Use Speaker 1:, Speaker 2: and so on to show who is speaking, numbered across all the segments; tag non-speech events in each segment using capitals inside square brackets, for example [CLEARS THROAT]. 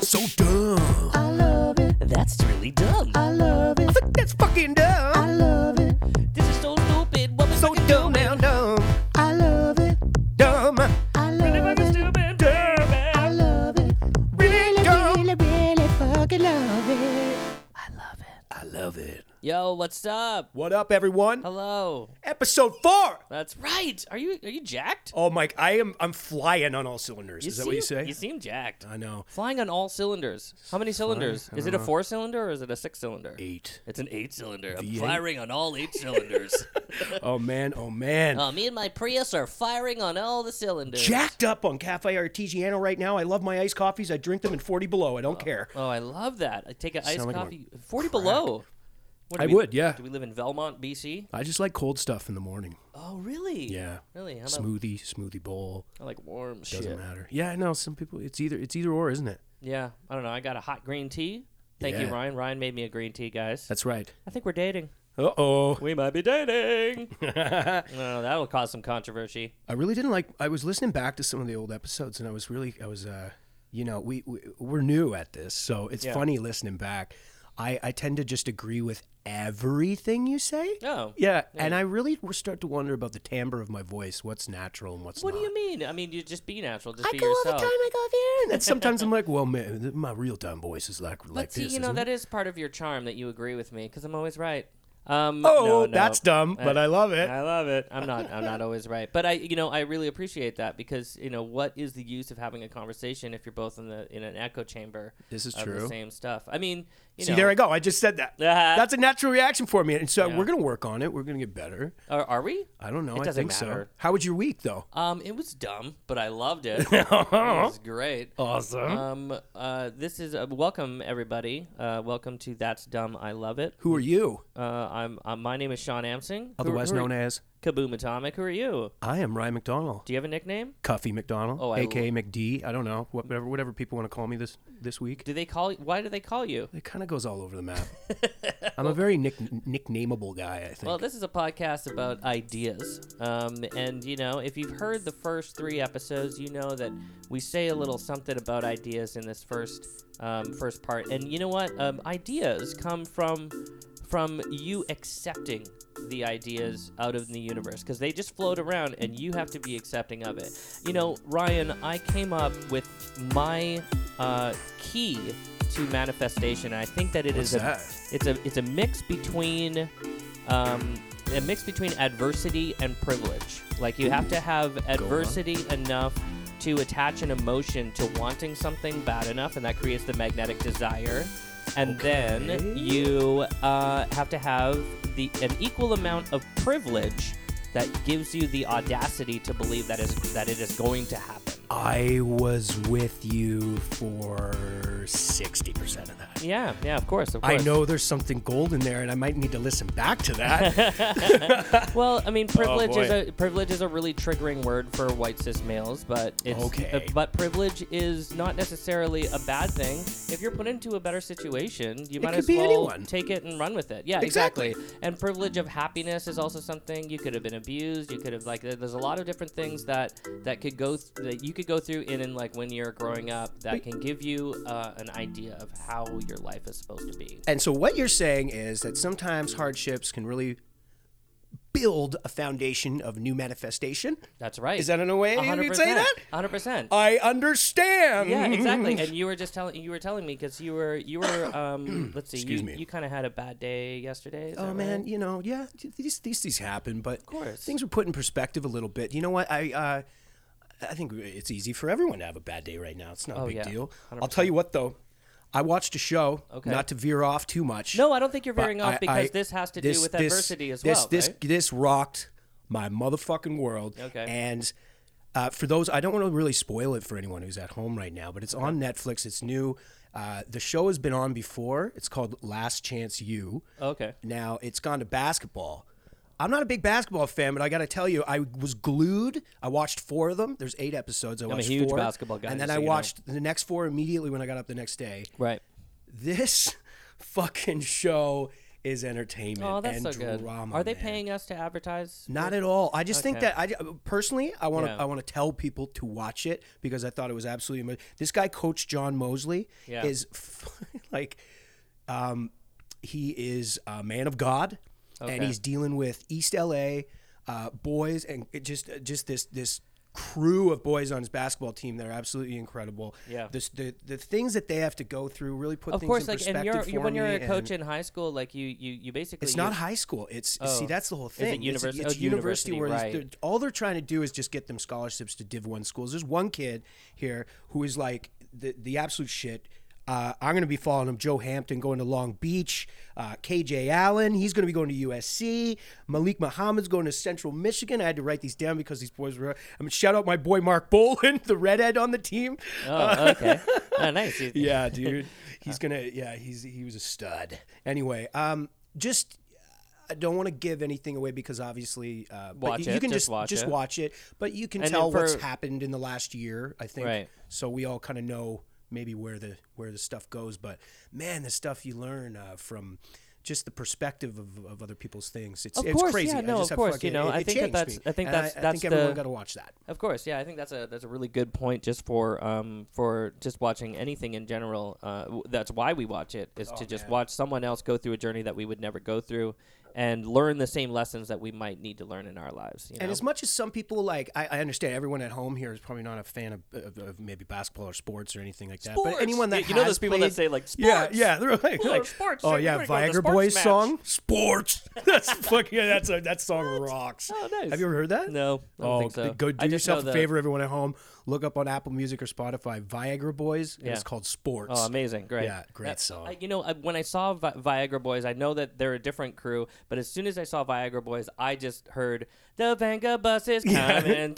Speaker 1: so dumb.
Speaker 2: I love it.
Speaker 1: That's really dumb.
Speaker 2: I love it.
Speaker 1: I think that's fucking dumb.
Speaker 2: I love it.
Speaker 1: This is so stupid. What we so dumb now, dumb,
Speaker 2: I love it.
Speaker 1: dumb,
Speaker 2: I love
Speaker 1: fucking
Speaker 2: it.
Speaker 1: stupid, dumb,
Speaker 2: I love it.
Speaker 1: really dumb.
Speaker 2: Really, really fucking love it. I love it.
Speaker 1: I love it.
Speaker 3: Yo, what's up?
Speaker 1: What up, everyone?
Speaker 3: Hello.
Speaker 1: Episode four.
Speaker 3: That's right. Are you are you jacked?
Speaker 1: Oh, Mike, I am. I'm flying on all cylinders. Is that what you
Speaker 3: seem-
Speaker 1: say?
Speaker 3: You seem jacked.
Speaker 1: I know.
Speaker 3: Flying on all cylinders. How many cylinders? Is it a four cylinder or is it a six cylinder?
Speaker 1: Eight.
Speaker 3: It's an eight cylinder. I'm
Speaker 1: V8?
Speaker 3: firing on all
Speaker 1: [LAUGHS]
Speaker 3: eight cylinders.
Speaker 1: Oh man. Oh man.
Speaker 3: uh, me and my Prius are firing on all the cylinders.
Speaker 1: Jacked up on Cafe Artigiano right now. I love my iced coffees. I drink them in 40 below. I don't care.
Speaker 3: Oh, I love that. I take an iced
Speaker 1: Sound like I'm
Speaker 3: coffee. Forty below. What, do
Speaker 1: I
Speaker 3: we-
Speaker 1: would, yeah.
Speaker 3: Do we live in Velmont, BC?
Speaker 1: I just like cold stuff in the morning.
Speaker 3: Oh, really?
Speaker 1: Yeah.
Speaker 3: Really? I'm a,
Speaker 1: Smoothie, smoothie bowl.
Speaker 3: I like warm
Speaker 1: Doesn't
Speaker 3: shit.
Speaker 1: matter. Yeah, I know. Some people, it's either it's either or, isn't it?
Speaker 3: Yeah. I don't know. I got a hot green tea. Thank you,
Speaker 1: Yeah.
Speaker 3: Ryan. Ryan made me a green tea, guys.
Speaker 1: That's right.
Speaker 3: I think we're dating.
Speaker 1: Uh oh.
Speaker 3: We might be dating.
Speaker 1: [LAUGHS]
Speaker 3: no, that'll cause some controversy.
Speaker 1: I really didn't like. I was listening back to some of the old episodes, and I was really, I was, uh, you know, we, we we're new at this, so it's funny listening back. I I tend to just agree with everything you say.
Speaker 3: No.
Speaker 1: Yeah, and I really start to wonder about the timbre of my voice, what's natural and what's
Speaker 3: What
Speaker 1: not.
Speaker 3: do you mean? I mean, you just be natural. Just be
Speaker 1: I go all the
Speaker 3: yourself.
Speaker 1: time. I go there, and then sometimes I'm like, well, man, th- my real time voice is like like
Speaker 3: But see,
Speaker 1: this.
Speaker 3: you know,
Speaker 1: isn't it?
Speaker 3: that is part of your charm that you agree with me because I'm always right. Um,
Speaker 1: oh,
Speaker 3: no, no.
Speaker 1: that's dumb, but I love it.
Speaker 3: I love it. I'm not. I'm not always right, but I, you know, I really appreciate that because you know, what is the use of having a conversation if you're both in the in an echo chamber?
Speaker 1: This is
Speaker 3: of
Speaker 1: true.
Speaker 3: The same stuff. I mean, you
Speaker 1: see,
Speaker 3: know,
Speaker 1: there I go. I just said
Speaker 3: [LAUGHS]
Speaker 1: that.
Speaker 3: Uh-huh.
Speaker 1: That's a natural reaction for me, and so
Speaker 3: Yeah.
Speaker 1: we're gonna work on it. We're gonna get better.
Speaker 3: Are, are we?
Speaker 1: I don't know.
Speaker 3: It
Speaker 1: I
Speaker 3: doesn't
Speaker 1: think
Speaker 3: matter.
Speaker 1: so. How was your week, though?
Speaker 3: Um, it was dumb, but I loved it. it was great.
Speaker 1: Awesome.
Speaker 3: Um, uh, this is uh, welcome everybody. Uh, welcome to That's Dumb. I love it.
Speaker 1: Who are you?
Speaker 3: Uh, I'm, i my name is Sean Amsing, Who-
Speaker 1: Otherwise
Speaker 3: who are-
Speaker 1: known as
Speaker 3: Kaboom Atomic. Who are you?
Speaker 1: I am Ryan McDonald,
Speaker 3: Do you have a nickname?
Speaker 1: Cuffy McDonald,
Speaker 3: Oh, I
Speaker 1: aka McD. I don't know whatever whatever people want to call me this this week.
Speaker 3: Do they call? you? Why do they call you?
Speaker 1: It kind of goes all over the
Speaker 3: [LAUGHS]
Speaker 1: map. I'm a very nick nicknameable guy. I think.
Speaker 3: Well, this is a podcast about ideas. Um, and, you know, if you've heard the first three episodes, you know that we say a little something about ideas in this first um, first part. And you know what? Um, ideas come from from you accepting the ideas out of the universe because they just float around and you have to be accepting of it. You know, Ryan, I came up with my uh, key to manifestation. I think that it
Speaker 1: What's
Speaker 3: is a
Speaker 1: that?
Speaker 3: it's a it's a mix between um, a mix between adversity and privilege. Like you have to have adversity enough to attach an emotion to wanting something bad enough, and that creates the magnetic desire. And then you uh, have to have the an equal amount of privilege that gives you the audacity to believe that is that it is going to happen.
Speaker 1: I was with you for sixty percent of that.
Speaker 3: Yeah, yeah, of course, of
Speaker 1: I
Speaker 3: course.
Speaker 1: know there's something gold in there, and I might need to listen back to
Speaker 3: [LAUGHS]
Speaker 1: that. [LAUGHS]
Speaker 3: Well, I mean, privilege
Speaker 1: Oh, boy.
Speaker 3: is a privilege is a really triggering word for white cis males, but it's
Speaker 1: Okay.
Speaker 3: uh, but privilege is not necessarily a bad thing. If you're put into a better situation, you might
Speaker 1: could
Speaker 3: as
Speaker 1: be
Speaker 3: well
Speaker 1: anyone.
Speaker 3: take it and run with it. Yeah,
Speaker 1: Exactly.
Speaker 3: exactly. And privilege of happiness is also something you could have been abused. You could have like there- there's a lot of different things that that could go th- that you could go through in and like when you're growing up that can give you uh, an idea of how your life is supposed to be.
Speaker 1: and so, what you're saying is that sometimes hardships can really build a foundation of new manifestation.
Speaker 3: That's right.
Speaker 1: Is that in a way you'd say that?
Speaker 3: 100%.
Speaker 1: I understand. [LAUGHS]
Speaker 3: Yeah, exactly. And you were just telling you were telling me because you were you were
Speaker 1: [CLEARS THROAT]
Speaker 3: um let's see
Speaker 1: Excuse
Speaker 3: you,
Speaker 1: me.
Speaker 3: you kind of had a bad day yesterday. is that
Speaker 1: Oh
Speaker 3: right?
Speaker 1: man, you know, yeah, these these these happen, but of
Speaker 3: course.
Speaker 1: things were put in perspective a little bit. You know what? I uh, I think it's easy for everyone to have a bad day right now. It's not a big
Speaker 3: Oh, yeah.
Speaker 1: deal. I'll tell you what though, I watched a show.
Speaker 3: Okay.
Speaker 1: Not to veer off too much.
Speaker 3: No, I don't think you're veering
Speaker 1: but
Speaker 3: off
Speaker 1: I-
Speaker 3: because
Speaker 1: I-
Speaker 3: this has to do
Speaker 1: this-
Speaker 3: with
Speaker 1: this-
Speaker 3: adversity as
Speaker 1: this,
Speaker 3: well.
Speaker 1: This
Speaker 3: right?
Speaker 1: this rocked my motherfucking world.
Speaker 3: Okay.
Speaker 1: And uh, for those, I don't want to really spoil it for anyone who's at home right now, but it's on Netflix. It's new. Uh, the show has been on before. It's called Last Chance You.
Speaker 3: Okay.
Speaker 1: Now it's gone to basketball. I'm not a big basketball fan, but I got to tell you, I was glued. I watched four of them. There's eight episodes. I am watched
Speaker 3: huge
Speaker 1: four,
Speaker 3: basketball guy,
Speaker 1: and
Speaker 3: just
Speaker 1: then
Speaker 3: so
Speaker 1: I
Speaker 3: you know.
Speaker 1: watched the next [LAUGHS] four immediately when I got up the next day.
Speaker 3: Right.
Speaker 1: This fucking show is entertainment
Speaker 3: Oh, that's
Speaker 1: and
Speaker 3: so good.
Speaker 1: drama.
Speaker 3: Are they
Speaker 1: man.
Speaker 3: paying us to advertise?
Speaker 1: Not at all. I just think
Speaker 3: Okay.
Speaker 1: that I personally I want to
Speaker 3: Yeah.
Speaker 1: I want to tell people to watch it because I thought it was absolutely amazing. This guy coach John Mosley
Speaker 3: Yeah.
Speaker 1: is [LAUGHS] like um he is a man of God and
Speaker 3: Okay.
Speaker 1: he's dealing with East LA uh, boys and it just just this this crew of boys on his basketball team that are absolutely incredible.
Speaker 3: Yeah.
Speaker 1: This, the the things that they have to go through really put
Speaker 3: Of
Speaker 1: things
Speaker 3: course,
Speaker 1: in
Speaker 3: like,
Speaker 1: perspective
Speaker 3: and you're,
Speaker 1: for
Speaker 3: you when you're
Speaker 1: me
Speaker 3: a coach
Speaker 1: and-
Speaker 3: in high school, like you, you, you basically
Speaker 1: it's
Speaker 3: you-
Speaker 1: not high school. It's see,
Speaker 3: Oh.
Speaker 1: that's the whole
Speaker 3: it
Speaker 1: thing. It's-
Speaker 3: universi-
Speaker 1: it's,
Speaker 3: oh, it's university,
Speaker 1: where it's-
Speaker 3: right.
Speaker 1: they're- all they're trying to do is just get them scholarships to Div One schools. There's one kid here who is like the the absolute shit. Uh, I'm going to be following him. Joe Hampton going to Long Beach. Uh, KJ Allen, he's going to be going to USC. Malik Muhammad's going to Central Michigan. I had to write these down because these boys were. I mean, shout out my boy Mark Boland, [LAUGHS] the redhead on the team.
Speaker 3: Oh, [LAUGHS] okay. oh, nice.
Speaker 1: [LAUGHS]
Speaker 3: You- [LAUGHS]
Speaker 1: Yeah, dude. He's gonna. Yeah, he's he was a stud. Anyway, um, just I don't want to give anything away because obviously, uh, but
Speaker 3: Watch
Speaker 1: you, you
Speaker 3: it,
Speaker 1: can
Speaker 3: just
Speaker 1: just
Speaker 3: watch
Speaker 1: just
Speaker 3: it.
Speaker 1: watch it. But you can
Speaker 3: And
Speaker 1: tell
Speaker 3: then
Speaker 1: what's
Speaker 3: for-
Speaker 1: happened in the last year. I think.
Speaker 3: Right.
Speaker 1: So we all kind of know maybe where the where the stuff goes. But man, the stuff you learn uh, from. Just the perspective of, of other people's things. It's,
Speaker 3: Of
Speaker 1: it's
Speaker 3: course,
Speaker 1: crazy.
Speaker 3: yeah,
Speaker 1: I
Speaker 3: no,
Speaker 1: just
Speaker 3: of
Speaker 1: have
Speaker 3: course,
Speaker 1: fucking-
Speaker 3: you know,
Speaker 1: it-
Speaker 3: I
Speaker 1: it
Speaker 3: think that
Speaker 1: changed
Speaker 3: that's-
Speaker 1: me.
Speaker 3: I think
Speaker 1: And
Speaker 3: that's-
Speaker 1: I,
Speaker 3: that's
Speaker 1: think everyone
Speaker 3: the-
Speaker 1: got to watch that.
Speaker 3: Of course, yeah. I think that's a that's a really good point just for um for just watching anything in general. Uh, w- that's why we watch it
Speaker 1: Oh,
Speaker 3: is to just watch someone else go through a journey that we would never go through, and learn the same lessons that we might need to learn in our lives. You
Speaker 1: And
Speaker 3: know?
Speaker 1: as much as some people like, I, I understand everyone at home here is probably not a fan of, of, of maybe basketball or sports or anything like that. But anyone that
Speaker 4: Yeah, you know
Speaker 1: has
Speaker 4: those people
Speaker 1: played-
Speaker 4: that say like sports.
Speaker 1: yeah, yeah, they're like, like,
Speaker 4: sports,
Speaker 1: oh
Speaker 4: sure,
Speaker 1: yeah,
Speaker 4: we're gonna go to
Speaker 1: Viagra
Speaker 4: the sports
Speaker 1: Boys
Speaker 4: match."
Speaker 1: song, sports. [LAUGHS] That's fucking yeah, that's a, that song rocks.
Speaker 3: Oh, nice.
Speaker 1: Have you ever heard that?
Speaker 3: No, I don't
Speaker 1: oh,
Speaker 3: think so.
Speaker 1: go
Speaker 3: I
Speaker 1: do
Speaker 3: just know
Speaker 1: yourself a
Speaker 3: the-
Speaker 1: favor, everyone at home. Look up on Apple Music or Spotify, Viagra Boys. And
Speaker 3: Yeah.
Speaker 1: It's called Sports.
Speaker 3: Oh, amazing! Great.
Speaker 1: Yeah, great
Speaker 3: That-
Speaker 1: song.
Speaker 3: I, you know, I, when I saw Vi- Viagra Boys, I know that they're a different crew, but as soon as I saw Viagra Boys, I just heard the Venga bus is coming.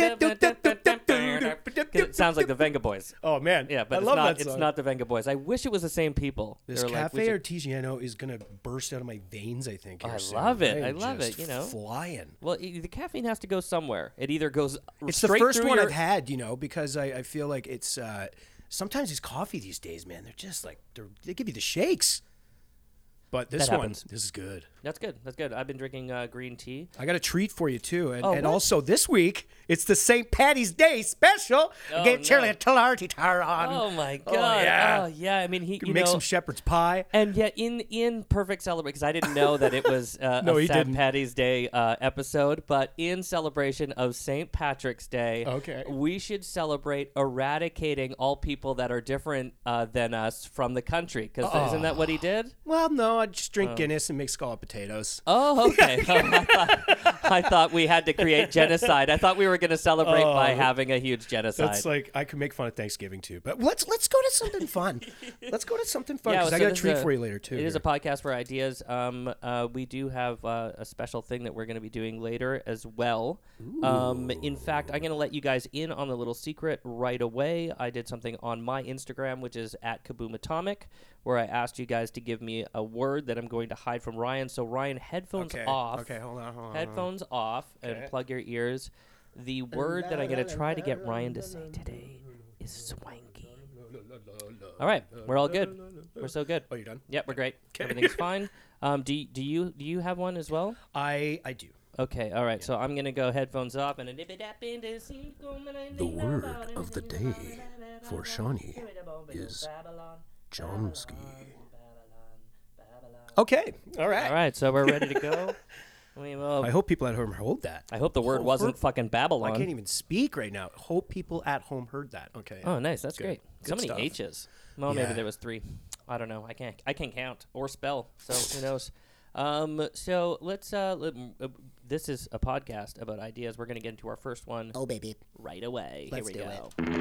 Speaker 1: [LAUGHS]
Speaker 3: it sounds like the Venga Boys.
Speaker 1: Oh, man,
Speaker 3: Yeah, but
Speaker 1: I
Speaker 3: it's
Speaker 1: love
Speaker 3: not
Speaker 1: that song.
Speaker 3: it's not the Venga Boys. I wish it was the same people. They
Speaker 1: This
Speaker 3: were like, we
Speaker 1: cafe
Speaker 3: should-
Speaker 1: artigiano is gonna burst out of my veins. I think. here
Speaker 3: I
Speaker 1: soon.
Speaker 3: love it. I
Speaker 1: am
Speaker 3: love
Speaker 1: just
Speaker 3: it, you know?
Speaker 1: flying.
Speaker 3: well, e- the caffeine has to go somewhere. It either goes
Speaker 1: It's the
Speaker 3: straight
Speaker 1: first
Speaker 3: through
Speaker 1: one
Speaker 3: your-
Speaker 1: I've had, you know, because I, I feel like it's uh, sometimes these coffee these days, man, they're just like they're, they give you the shakes. But this
Speaker 3: That
Speaker 1: one,
Speaker 3: happens.
Speaker 1: this is good.
Speaker 3: That's good. That's good. I've been drinking uh, green tea.
Speaker 1: I got a treat for you too, and,
Speaker 3: Oh,
Speaker 1: and
Speaker 3: what?
Speaker 1: also this week it's the St. Patty's Day special.
Speaker 3: Oh,
Speaker 1: Get Charlie
Speaker 3: no.
Speaker 1: a Talarty Tar on.
Speaker 3: Oh my god.
Speaker 1: Um, yeah.
Speaker 3: Oh, yeah. I mean, he you
Speaker 1: Make
Speaker 3: know,
Speaker 1: some shepherd's pie.
Speaker 3: And yet, in in perfect celebration, because I didn't know that it
Speaker 1: [LAUGHS]
Speaker 3: was uh,
Speaker 1: No,
Speaker 3: a
Speaker 1: he
Speaker 3: St.
Speaker 1: didn't.
Speaker 3: Patty's Day uh, episode, but in celebration of St. Patrick's Day,
Speaker 1: Okay.
Speaker 3: we should celebrate eradicating all people that are different uh, than us from the country. Because isn't that
Speaker 1: Ah.
Speaker 3: what he did?
Speaker 1: Well, no, I just drink Guinness and make scalloped potatoes. [LAUGHS]
Speaker 3: Oh, okay. Oh, [LAUGHS] I, thought, I thought we had to create genocide. I thought we were going to celebrate by having a huge genocide.
Speaker 1: Oh. That's like I could make fun of Thanksgiving too, but let's let's go to something
Speaker 3: [LAUGHS]
Speaker 1: fun. let's go to something fun. 'cause
Speaker 3: so
Speaker 1: I got a
Speaker 3: this is
Speaker 1: treat for you later too.
Speaker 3: It is
Speaker 1: here.
Speaker 3: a podcast for ideas. Um, uh, we do have uh, a special thing that we're going to be doing later as well. Um, in fact, I'm going to let you guys in on the little secret right away. I did something on my Instagram, which is at Kaboom Atomic, where I asked you guys to give me a word that I'm going to hide from Ryan. So Ryan, headphones
Speaker 1: okay.
Speaker 3: off.
Speaker 1: Okay, hold on, hold on.
Speaker 3: Headphones off and plug your ears. The word that I'm going to try to get Ryan to say today is swanky. All right, we're all good. We're so good.
Speaker 1: Oh, you done?
Speaker 3: Yep, we're great.
Speaker 1: [LAUGHS]
Speaker 3: Everything's fine. Um, do do you do you have one as well?
Speaker 1: I I do.
Speaker 3: Okay, all right. So I'm gonna go headphones off and the word of the day for Shawnee is
Speaker 1: Chomsky. Okay. All right.
Speaker 3: all right. So we're ready to go.
Speaker 1: [LAUGHS]
Speaker 3: We will-
Speaker 1: I hope people at home hold that.
Speaker 3: I hope the word wasn't fucking
Speaker 1: I
Speaker 3: Babylon.
Speaker 1: can't even speak right now. Hope people at home heard that. Okay.
Speaker 3: Oh, nice. That's
Speaker 1: Good.
Speaker 3: great.
Speaker 1: Good
Speaker 3: so many
Speaker 1: stuff.
Speaker 3: H's. Well,
Speaker 1: Yeah.
Speaker 3: maybe there was three. I don't know. I can't. I can't count or spell. So who knows? Um, so let's. Uh, let, uh, this is a podcast about ideas. We're gonna get into our first one
Speaker 2: Oh, baby.
Speaker 3: right away.
Speaker 2: Let's
Speaker 3: Here we
Speaker 2: do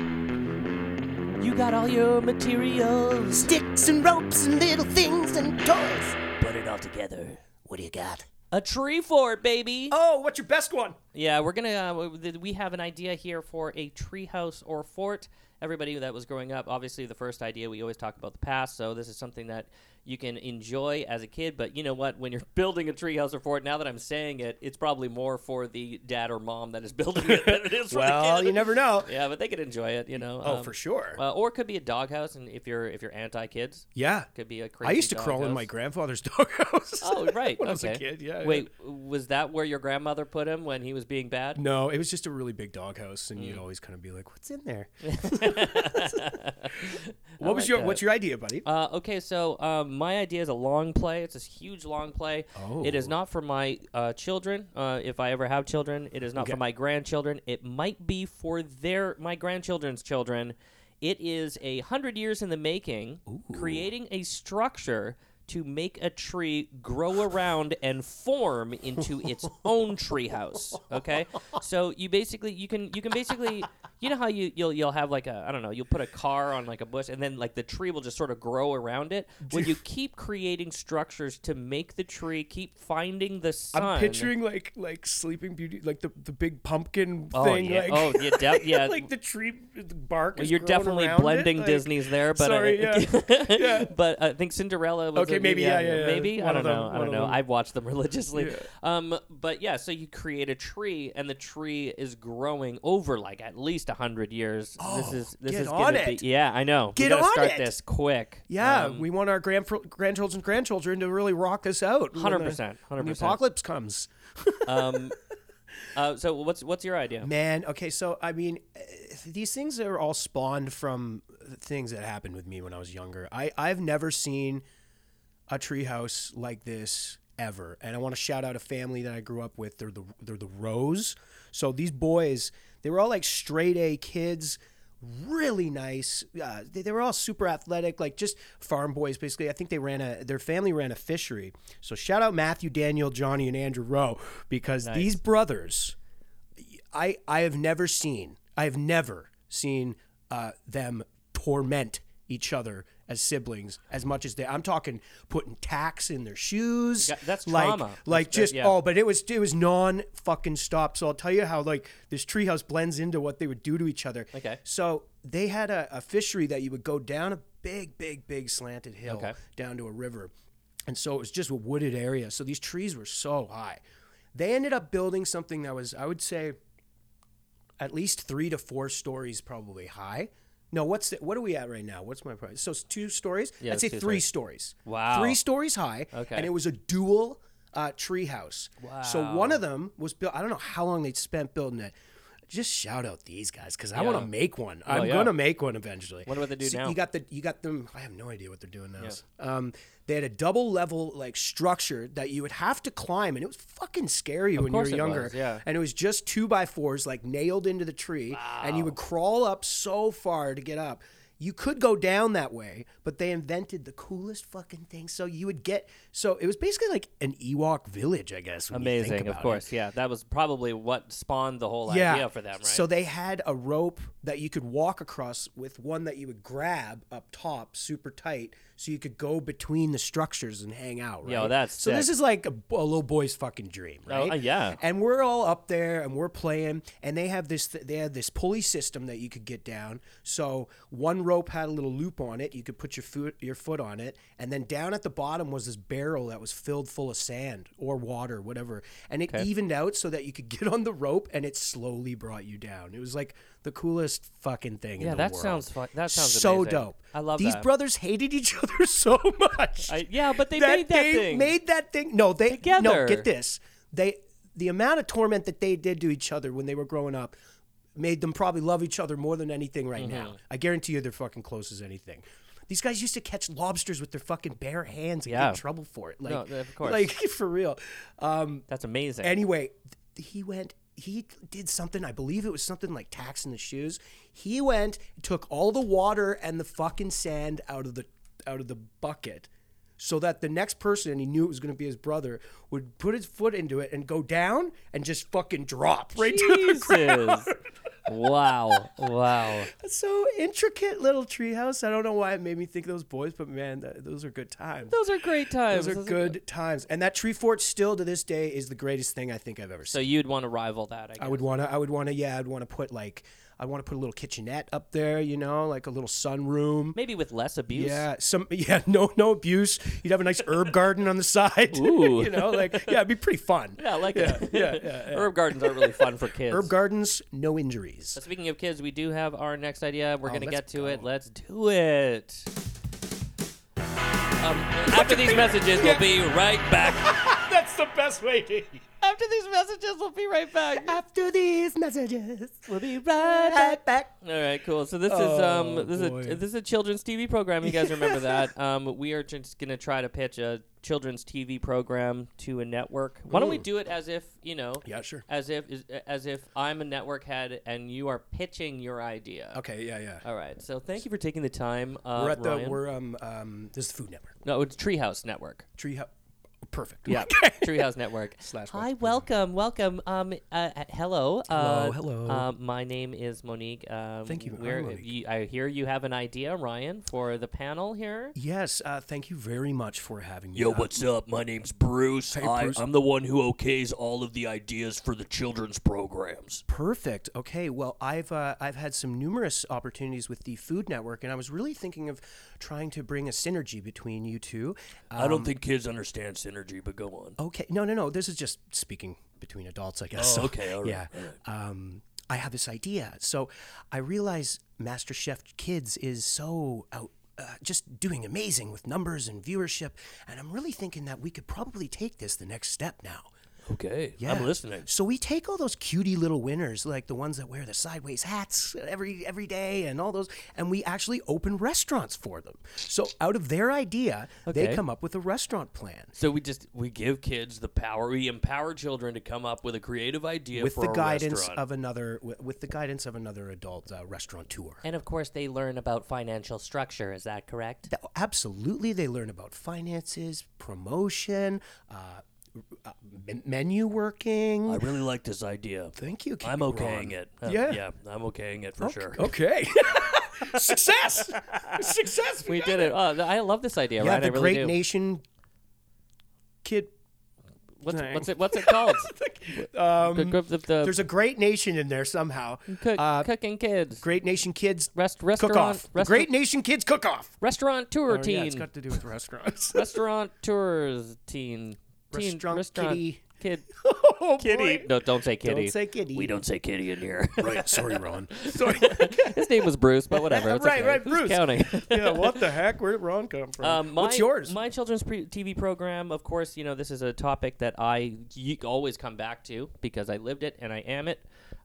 Speaker 3: go. You got all your materials.
Speaker 2: Sticks and ropes and little things and toys.
Speaker 3: Put it all together.
Speaker 2: What do you got?
Speaker 3: A tree fort, baby.
Speaker 1: Oh, what's your best one? [LAUGHS]
Speaker 3: Yeah, we're gonna. Uh, w- th- we have an idea here for a treehouse or fort, everybody that was growing up, obviously, the first idea we always talk about the past. So this is something that you can enjoy as a kid. But you know what? When you're [LAUGHS] building a treehouse or fort, now that I'm saying it, it's probably more for the dad or mom that is [LAUGHS] building it than it is for the
Speaker 1: well,
Speaker 3: kid.
Speaker 1: you
Speaker 3: [LAUGHS]
Speaker 1: never know.
Speaker 3: yeah, but they could enjoy it, you know.
Speaker 1: Oh,
Speaker 3: um,
Speaker 1: for sure.
Speaker 3: Uh, or it could be a doghouse, and if you're if you're anti kids,
Speaker 1: yeah.
Speaker 3: could be a crazy.
Speaker 1: I used to crawl in
Speaker 3: doghouse.
Speaker 1: my grandfather's [LAUGHS] doghouse.
Speaker 3: Oh right,
Speaker 1: [LAUGHS] [LAUGHS] when
Speaker 3: okay.
Speaker 1: I was a kid. Yeah. yeah.
Speaker 3: Wait, was that where your grandmother put him when he was being bad?
Speaker 1: No, it was just a really big doghouse, and
Speaker 3: Mm.
Speaker 1: you'd always kind of be like, "What's in
Speaker 3: [LAUGHS]
Speaker 1: there?" [LAUGHS] What was your What's your idea, buddy?
Speaker 3: Uh, okay, so um, my idea is a long play. It's a huge long play. It is
Speaker 1: Oh.
Speaker 3: not for my uh, children, uh, if I ever have children. It is not for
Speaker 1: Okay.
Speaker 3: my grandchildren. It might be for their my grandchildren's children. It is a hundred years in the making, creating a structure to make a tree grow around and form into
Speaker 1: [LAUGHS]
Speaker 3: its own tree house. Okay, so you basically you can you can basically you know how you you'll you'll have like a I don't know you'll put a car on like a bush and then like the tree will just sort of grow around it. When you keep creating structures to make the tree keep finding the sun.
Speaker 1: I'm picturing like like Sleeping Beauty, like the, the big pumpkin
Speaker 3: Oh,
Speaker 1: thing.
Speaker 3: yeah.
Speaker 1: Like, [LAUGHS]
Speaker 3: Oh, yeah, def- yeah.
Speaker 1: like the tree the bark.
Speaker 3: Well,
Speaker 1: is
Speaker 3: you're
Speaker 1: growing
Speaker 3: definitely
Speaker 1: around it,
Speaker 3: blending
Speaker 1: like-
Speaker 3: Disney's there, but
Speaker 1: Sorry,
Speaker 3: I, [LAUGHS]
Speaker 1: yeah. Yeah.
Speaker 3: but uh, I think Cinderella was
Speaker 1: Okay,
Speaker 3: a-
Speaker 1: maybe, yeah, yeah, yeah.
Speaker 3: maybe I
Speaker 1: One of
Speaker 3: don't
Speaker 1: them,
Speaker 3: know I
Speaker 1: one
Speaker 3: don't
Speaker 1: of
Speaker 3: know
Speaker 1: them.
Speaker 3: I've watched them [LAUGHS] religiously
Speaker 1: Yeah.
Speaker 3: um but yeah so you create a tree and the tree is growing over like at least hundred years this is
Speaker 1: Oh,
Speaker 3: this
Speaker 1: get
Speaker 3: is
Speaker 1: on
Speaker 3: gonna
Speaker 1: it.
Speaker 3: be yeah I know
Speaker 1: Get
Speaker 3: we gotta
Speaker 1: on
Speaker 3: start
Speaker 1: it.
Speaker 3: this quick
Speaker 1: Yeah,
Speaker 3: Um,
Speaker 1: we want our grandf- grandchildren, grandchildren to really rock us out. when the-
Speaker 3: 100%,
Speaker 1: when The
Speaker 3: 100%.
Speaker 1: apocalypse comes.
Speaker 3: um uh, so what's what's your idea
Speaker 1: Man, okay, so I mean, eh, these things are all spawned from things that happened with me when I was younger. I I've never seen a treehouse like this ever, and I want to shout out a family that I grew up with. They're the they're the Rose. So these boys, they were all like straight A kids. Really nice. Uh, they, they were all super athletic, like just farm boys. Basically, I think they ran a their family ran a fishery. So shout out Matthew, Daniel, Johnny, and Andrew Rowe because these brothers I I have never seen I have never seen uh, them torment each other as siblings as much as they. I'm talking putting tacks in their shoes.
Speaker 3: Yeah, that's
Speaker 1: like,
Speaker 3: trauma.
Speaker 1: Like
Speaker 3: That's-
Speaker 1: just
Speaker 3: that- yeah.
Speaker 1: oh, but it was it was non fucking stop. So I'll tell you how like this treehouse blends into what they would do to each other.
Speaker 3: Okay.
Speaker 1: So they had a, a fishery that you would go down a big big big slanted hill
Speaker 3: Okay.
Speaker 1: down to a river. And so it was just a wooded area. So these trees were so high. They ended up building something that was, I would say, at least three to four stories probably high. No, what's the, what are we at right now? What's my price? So it's two stories.
Speaker 3: Yeah,
Speaker 1: I'd say
Speaker 3: it's two
Speaker 1: three stories.
Speaker 3: Wow.
Speaker 1: three stories high.
Speaker 3: Okay.
Speaker 1: and it was a dual uh, treehouse. Wow. So one of them was built. I don't know how long they spent building it. Just shout out these guys because I want to make one. I'm
Speaker 3: yeah.
Speaker 1: gonna make one eventually.
Speaker 3: Wonder what they do
Speaker 1: So
Speaker 3: now.
Speaker 1: You got the you got them. I have no idea what they're doing now. Um, they had a double level like structure that you would have to climb, and it was fucking scary when you were
Speaker 3: course it
Speaker 1: younger.
Speaker 3: was, yeah.
Speaker 1: And it was just two by fours, like nailed into the tree, and you would crawl up so far to get up. You could go down that way, but they invented the coolest fucking thing. So you would get so it was basically like an Ewok village, I guess. When you think
Speaker 3: amazing
Speaker 1: about
Speaker 3: of
Speaker 1: it.
Speaker 3: course yeah that was probably what spawned the whole idea for them right
Speaker 1: So they had a rope that you could walk across with one that you would grab up top, super tight, so you could go between the structures and hang out. Right?
Speaker 3: Yo, that's
Speaker 1: so. This
Speaker 3: sick.
Speaker 1: is like a, a little boy's fucking dream, right?
Speaker 3: uh, yeah.
Speaker 1: And we're all up there and we're playing, and they have this. Th- they had this pulley system that you could get down. So one rope had a little loop on it. You could put your foot your foot on it, and then down at the bottom was this barrel that was filled full of sand or water, whatever, and it evened out so that you could [LAUGHS] get on the rope, and it slowly brought you down. It was like the coolest fucking thing. in
Speaker 3: yeah
Speaker 1: the
Speaker 3: that
Speaker 1: world.
Speaker 3: sounds fu- that sounds
Speaker 1: so
Speaker 3: amazing.
Speaker 1: dope.
Speaker 3: I love
Speaker 1: these
Speaker 3: that.
Speaker 1: brothers hated each [LAUGHS] other so much
Speaker 3: I, yeah, but they
Speaker 1: that
Speaker 3: made that
Speaker 1: they
Speaker 3: thing.
Speaker 1: made that thing. No, they
Speaker 3: Together.
Speaker 1: No, get this. They the amount of torment that they did to each other when they were growing up made them probably love each other more than anything right
Speaker 3: Mm-hmm.
Speaker 1: now. I guarantee you, they're fucking close as anything. These guys used to catch lobsters with their fucking bare hands and
Speaker 3: Yeah.
Speaker 1: get in trouble for it. Like,
Speaker 3: No, of course.
Speaker 1: like [LAUGHS] for real. Um,
Speaker 3: That's amazing.
Speaker 1: Anyway, th- he went. He did something. I believe it was something like taxing the shoes. He went, took all the water and the fucking sand out of the out of the bucket, so that the next person, and he knew it was going to be his brother, would put his foot into it and go down and just fucking drop [LAUGHS] right to the ground.
Speaker 3: Jesus. wow. Wow.
Speaker 1: So intricate little treehouse. I don't know why it made me think of those boys, but man, th- those are good times.
Speaker 3: Those are great times.
Speaker 1: Those are good times. And that tree fort still to this day is the greatest thing I think I've ever seen.
Speaker 3: So you'd want to rival that, I guess.
Speaker 1: I would want to. I would want to. Yeah, I'd want to put like I want to put a little kitchenette up there, you know, like a little sunroom.
Speaker 3: Maybe with less abuse.
Speaker 1: Yeah, some [LAUGHS] yeah, no no abuse. You'd have a nice herb garden on the side. [LAUGHS]
Speaker 3: Ooh.
Speaker 1: you know, like yeah, it'd be pretty fun.
Speaker 3: [LAUGHS] Yeah, I like
Speaker 1: Yeah,
Speaker 3: that.
Speaker 1: yeah, yeah, yeah.
Speaker 3: Herb gardens aren't really fun for kids.
Speaker 1: Herb gardens, no injuries.
Speaker 3: But Speaking of kids, we do have our next idea. We're gonna
Speaker 1: Oh, let's
Speaker 3: get to
Speaker 1: go.
Speaker 3: it. Let's do it. Um, after these messages, we'll be right
Speaker 1: [LAUGHS]
Speaker 3: back.
Speaker 1: That's the best way to
Speaker 3: after these messages, we'll be right back.
Speaker 1: After these messages.
Speaker 3: We'll be right
Speaker 1: Right back.
Speaker 3: All right, cool. So this is
Speaker 1: Oh,
Speaker 3: um this is,
Speaker 1: boy.
Speaker 3: a, this is a children's TV program. You guys remember that? [LAUGHS] Um, we are just gonna try to pitch a children's TV program to a network. Why don't we do it as if you know?
Speaker 1: Yeah, sure.
Speaker 3: As if is- as if I'm a network head and you are pitching your idea.
Speaker 1: Okay, yeah, yeah.
Speaker 3: All right. So thank you for taking the time. Uh,
Speaker 1: we're at the
Speaker 3: Ryan.
Speaker 1: we're um um this is the Food Network.
Speaker 3: no, it's Treehouse Network.
Speaker 1: Tree Hou- perfect.
Speaker 3: Yeah,
Speaker 1: [LAUGHS] Okay.
Speaker 3: Treehouse Network.
Speaker 1: [LAUGHS] Slash
Speaker 3: Hi, welcome, welcome. Um, uh, uh, hello. Uh,
Speaker 1: hello.
Speaker 3: Uh, my name is Monique. Um,
Speaker 1: Thank you. Hi,
Speaker 3: we're-
Speaker 1: Monique.
Speaker 3: you- I hear you have an idea, Ryan, for the panel here.
Speaker 1: Yes, uh, thank you very much for having me.
Speaker 4: Yo,
Speaker 1: Uh,
Speaker 4: what's up? My name's Bruce. I,
Speaker 1: Bruce.
Speaker 4: I'm the one who okays all of the ideas for the children's programs.
Speaker 1: Perfect. Okay. Well, I've uh, I've had some numerous opportunities with the Food Network, and I was really thinking of trying to bring a synergy between you two. Uh,
Speaker 4: I don't think kids understand synergy, but go on.
Speaker 1: okay. No, no, no. This is just speaking between adults, I guess.
Speaker 4: Oh,
Speaker 1: So,
Speaker 4: okay, all right,
Speaker 1: yeah.
Speaker 4: all
Speaker 1: Um, I have this idea. So I realize MasterChef Kids is so out. Uh, just doing amazing with numbers and viewership, and I'm really thinking that we could probably take this the next step now.
Speaker 4: Okay,
Speaker 1: Yeah.
Speaker 4: I'm listening.
Speaker 1: So we take all those cutie little winners, like the ones that wear the sideways hats every every day and all those, and we actually open restaurants for them. So out of their idea,
Speaker 3: Okay.
Speaker 1: they come up with a restaurant plan.
Speaker 4: So we just we give kids the power. We empower children to come up with a creative idea
Speaker 1: With
Speaker 4: for
Speaker 1: the
Speaker 4: a
Speaker 1: guidance
Speaker 4: restaurant.
Speaker 1: of another, wi- with the guidance of another adult uh, restaurateur.
Speaker 3: And of course, they learn about financial structure. Is that correct?
Speaker 1: Th- Absolutely, they learn about finances, promotion, uh, uh, men- menu working.
Speaker 4: I really like this idea.
Speaker 1: Thank you.
Speaker 4: I'm
Speaker 1: Ron.
Speaker 4: okaying it. Uh,
Speaker 1: Yeah.
Speaker 4: yeah, I'm okaying it for sure.
Speaker 1: Okay. [LAUGHS] Success. Success.
Speaker 3: We did it. Oh, th- I love this idea,
Speaker 1: Yeah,
Speaker 3: Ryan.
Speaker 1: the
Speaker 3: I really
Speaker 1: Great
Speaker 3: do.
Speaker 1: Nation Kid.
Speaker 3: what's,
Speaker 1: thing.
Speaker 3: what's it? What's
Speaker 1: [LAUGHS]
Speaker 3: it called?
Speaker 1: Um,
Speaker 3: the, group of the
Speaker 1: there's a Great Nation in there somehow.
Speaker 3: cook,
Speaker 1: uh,
Speaker 3: cooking kids.
Speaker 1: Great Nation Kids
Speaker 3: Rest,
Speaker 1: Cook Off.
Speaker 3: restaurant, resta-
Speaker 1: Great Nation Kids Cook Off.
Speaker 3: restaurant tour team.
Speaker 1: Oh, Yeah, it's got to do with restaurants.
Speaker 3: restaurant tours teen. Teen,
Speaker 1: Restaurant kitty.
Speaker 3: Kid.
Speaker 1: [LAUGHS] oh,
Speaker 3: kitty.
Speaker 1: boy.
Speaker 3: No, don't say kitty.
Speaker 1: Don't say kitty.
Speaker 4: We don't say kitty in here. [LAUGHS]
Speaker 1: Right. Sorry, Ron. [LAUGHS] Sorry.
Speaker 3: His name was Bruce,
Speaker 1: [LAUGHS]
Speaker 3: but whatever. It's
Speaker 1: Right,
Speaker 3: okay.
Speaker 1: right,
Speaker 3: Who's
Speaker 1: Bruce.
Speaker 3: counting?
Speaker 1: [LAUGHS]
Speaker 3: [LAUGHS]
Speaker 1: yeah. What the heck? Where did Ron come from?
Speaker 3: Um, my,
Speaker 1: What's yours?
Speaker 3: My children's pre- TV program, of course, you know, this is a topic that I ye- always come back to because I lived it and I am it.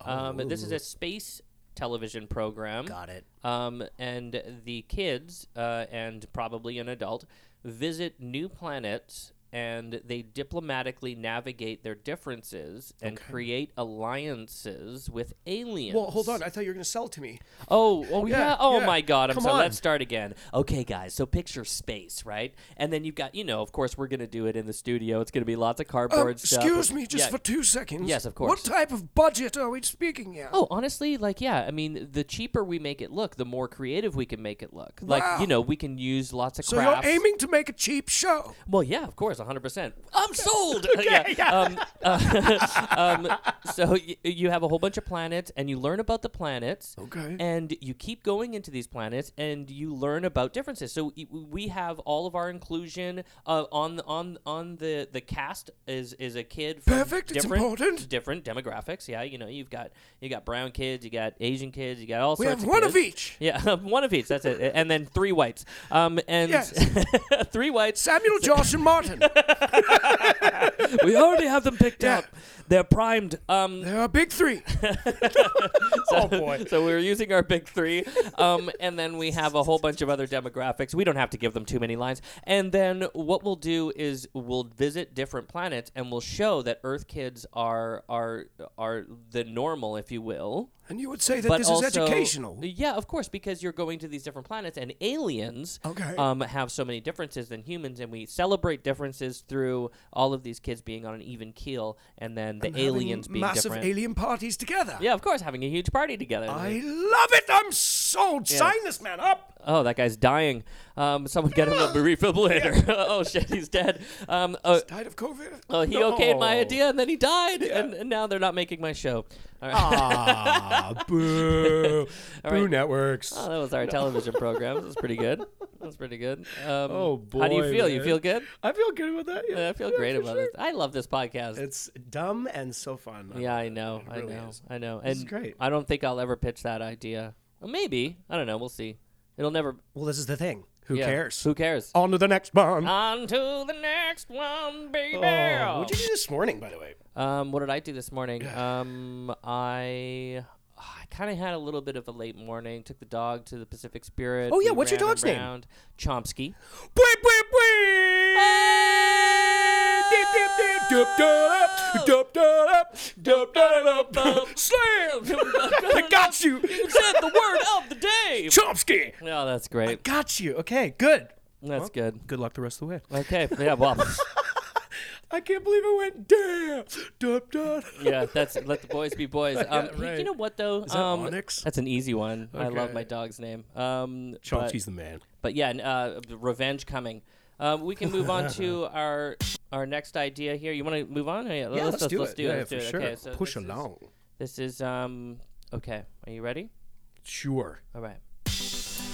Speaker 3: Um, This is a space television program.
Speaker 1: Oh. Got it.
Speaker 3: Um, and the kids, uh, and probably an adult, visit new planets and they diplomatically navigate their differences and create alliances with aliens.
Speaker 1: well, hold on. I thought you were going to sell it to me.
Speaker 3: Oh, oh yeah.
Speaker 1: Yeah,
Speaker 3: Oh
Speaker 1: yeah.
Speaker 3: my god, I'm
Speaker 1: Come
Speaker 3: so
Speaker 1: on.
Speaker 3: let's start again. Okay, guys, so picture space, right? And then you've got, you know, of course we're gonna do it in the studio. It's gonna be lots of cardboard stuff.
Speaker 1: Um, excuse me just
Speaker 3: Yeah.
Speaker 1: for two seconds.
Speaker 3: Yes, of course.
Speaker 1: What type of budget are we speaking here?
Speaker 3: Oh, honestly, like yeah, I mean, the cheaper we make it look, the more creative we can make it look. Like, you know, we can use lots of
Speaker 1: so
Speaker 3: crafts.
Speaker 1: you're aiming to make a cheap show.
Speaker 3: Well, yeah, of course, 100%.
Speaker 1: [LAUGHS]
Speaker 3: I'm sold. yeah. Um, uh, [LAUGHS] um, so y- you have a whole bunch of planets and you learn about the planets.
Speaker 1: Okay.
Speaker 3: And you keep going into these planets and you learn about differences. So y- we have all of our inclusion uh, on the- on on the the cast is is a kid from
Speaker 1: Perfect, it's
Speaker 3: different
Speaker 1: important.
Speaker 3: different demographics. Yeah, you know, you've got you got brown kids, you got Asian kids, you got all
Speaker 1: We
Speaker 3: sorts
Speaker 1: have
Speaker 3: of
Speaker 1: one of
Speaker 3: kids.
Speaker 1: each.
Speaker 3: Yeah, [LAUGHS] one of each. That's it. And then three whites. Um and
Speaker 1: Yes.
Speaker 3: [LAUGHS] three whites
Speaker 1: Samuel,
Speaker 3: [LAUGHS]
Speaker 1: Josh, and Martin.
Speaker 3: we already have them picked
Speaker 1: Yeah.
Speaker 3: up. They're primed. Um,
Speaker 1: They're our big three. [LAUGHS] oh boy.
Speaker 3: [LAUGHS] so we're using our big three, um, and then we have a whole bunch of other demographics. We don't have to give them too many lines. And then what we'll do is we'll visit different planets and we'll show that Earth kids are are are the normal, if you will.
Speaker 1: And you would say that this is educational.
Speaker 3: Yeah, of course, because you're going to these different planets, and aliens
Speaker 1: Okay.
Speaker 3: um, have so many differences than humans, and we celebrate differences through all of these kids being on an even keel, and then the aliens
Speaker 1: Having
Speaker 3: being
Speaker 1: massive
Speaker 3: different.
Speaker 1: alien parties together.
Speaker 3: yeah, of course, having a huge party together.
Speaker 1: I love it. I'm sold. Sign this man up.
Speaker 3: Oh, that guy's dying. Um, someone get him
Speaker 1: [LAUGHS]
Speaker 3: a defibrillator. [LAUGHS] oh shit, he's dead. Um, uh,
Speaker 1: Died of COVID.
Speaker 3: oh, he okayed my idea, and then he died, and, and now they're not making my show. All right. [LAUGHS]
Speaker 1: Ah, boo.
Speaker 3: All
Speaker 1: Boo
Speaker 3: right.
Speaker 1: networks.
Speaker 3: Oh, [LAUGHS] that
Speaker 1: [LAUGHS]
Speaker 3: was our television program. That was pretty good. That was pretty good. Um,
Speaker 1: Oh,
Speaker 3: How do you
Speaker 1: boy,
Speaker 3: feel? You
Speaker 1: man.
Speaker 3: feel good?
Speaker 1: I feel good about that.
Speaker 3: Yeah, I feel great
Speaker 1: for
Speaker 3: about
Speaker 1: sure.
Speaker 3: this. I love this podcast.
Speaker 1: It's dumb and so fun.
Speaker 3: yeah, I know. I
Speaker 1: really
Speaker 3: know.
Speaker 1: is.
Speaker 3: I know. And
Speaker 1: is great.
Speaker 3: I don't think I'll ever pitch that idea. Well, maybe. I don't know. We'll see. It'll never.
Speaker 1: Well, this is the thing. Who
Speaker 3: yeah. Ah,
Speaker 1: cares?
Speaker 3: Who cares?
Speaker 1: On to the next bomb.
Speaker 3: On to the next one, baby.
Speaker 1: Oh, what'd you do this morning, by the way?
Speaker 3: Um, what did I do this morning? Um, I I kind of had a little bit of a late morning. Took the dog to the Pacific Spirit.
Speaker 1: Oh, yeah, what's your
Speaker 3: ran
Speaker 1: dog's name?
Speaker 3: around. Chomsky.
Speaker 1: Ah.
Speaker 3: [LAUGHS]
Speaker 1: I got you,
Speaker 3: Said the word of the day.
Speaker 1: Chomsky.
Speaker 3: Oh, that's great.
Speaker 1: Got you. Okay, good.
Speaker 3: That's good.
Speaker 1: Good luck the rest of the way.
Speaker 3: Okay. Yeah. Well. [LAUGHS]
Speaker 1: I can't believe it went damn. Dup, dup.
Speaker 3: Yeah. That's let the boys
Speaker 1: [LAUGHS]
Speaker 3: be boys. Um, you- You
Speaker 1: right.
Speaker 3: know what though?
Speaker 1: that
Speaker 3: um,
Speaker 1: Onyx?
Speaker 3: That's an easy one. I love
Speaker 1: Okay.
Speaker 3: my dog's name. Um, but-
Speaker 1: Chomsky's the man.
Speaker 3: But yeah, n- uh, b- revenge coming. Um, we can move on to our our next idea here. You want to move on? Yeah,
Speaker 1: Yeah, let's, do
Speaker 3: let's
Speaker 1: it.
Speaker 3: Do
Speaker 1: yeah,
Speaker 3: it. Let's
Speaker 1: for
Speaker 3: do it.
Speaker 1: sure.
Speaker 3: Okay, so
Speaker 1: Push
Speaker 3: this is-
Speaker 1: along.
Speaker 3: this is um okay. Are you ready?
Speaker 1: Sure.
Speaker 3: All right.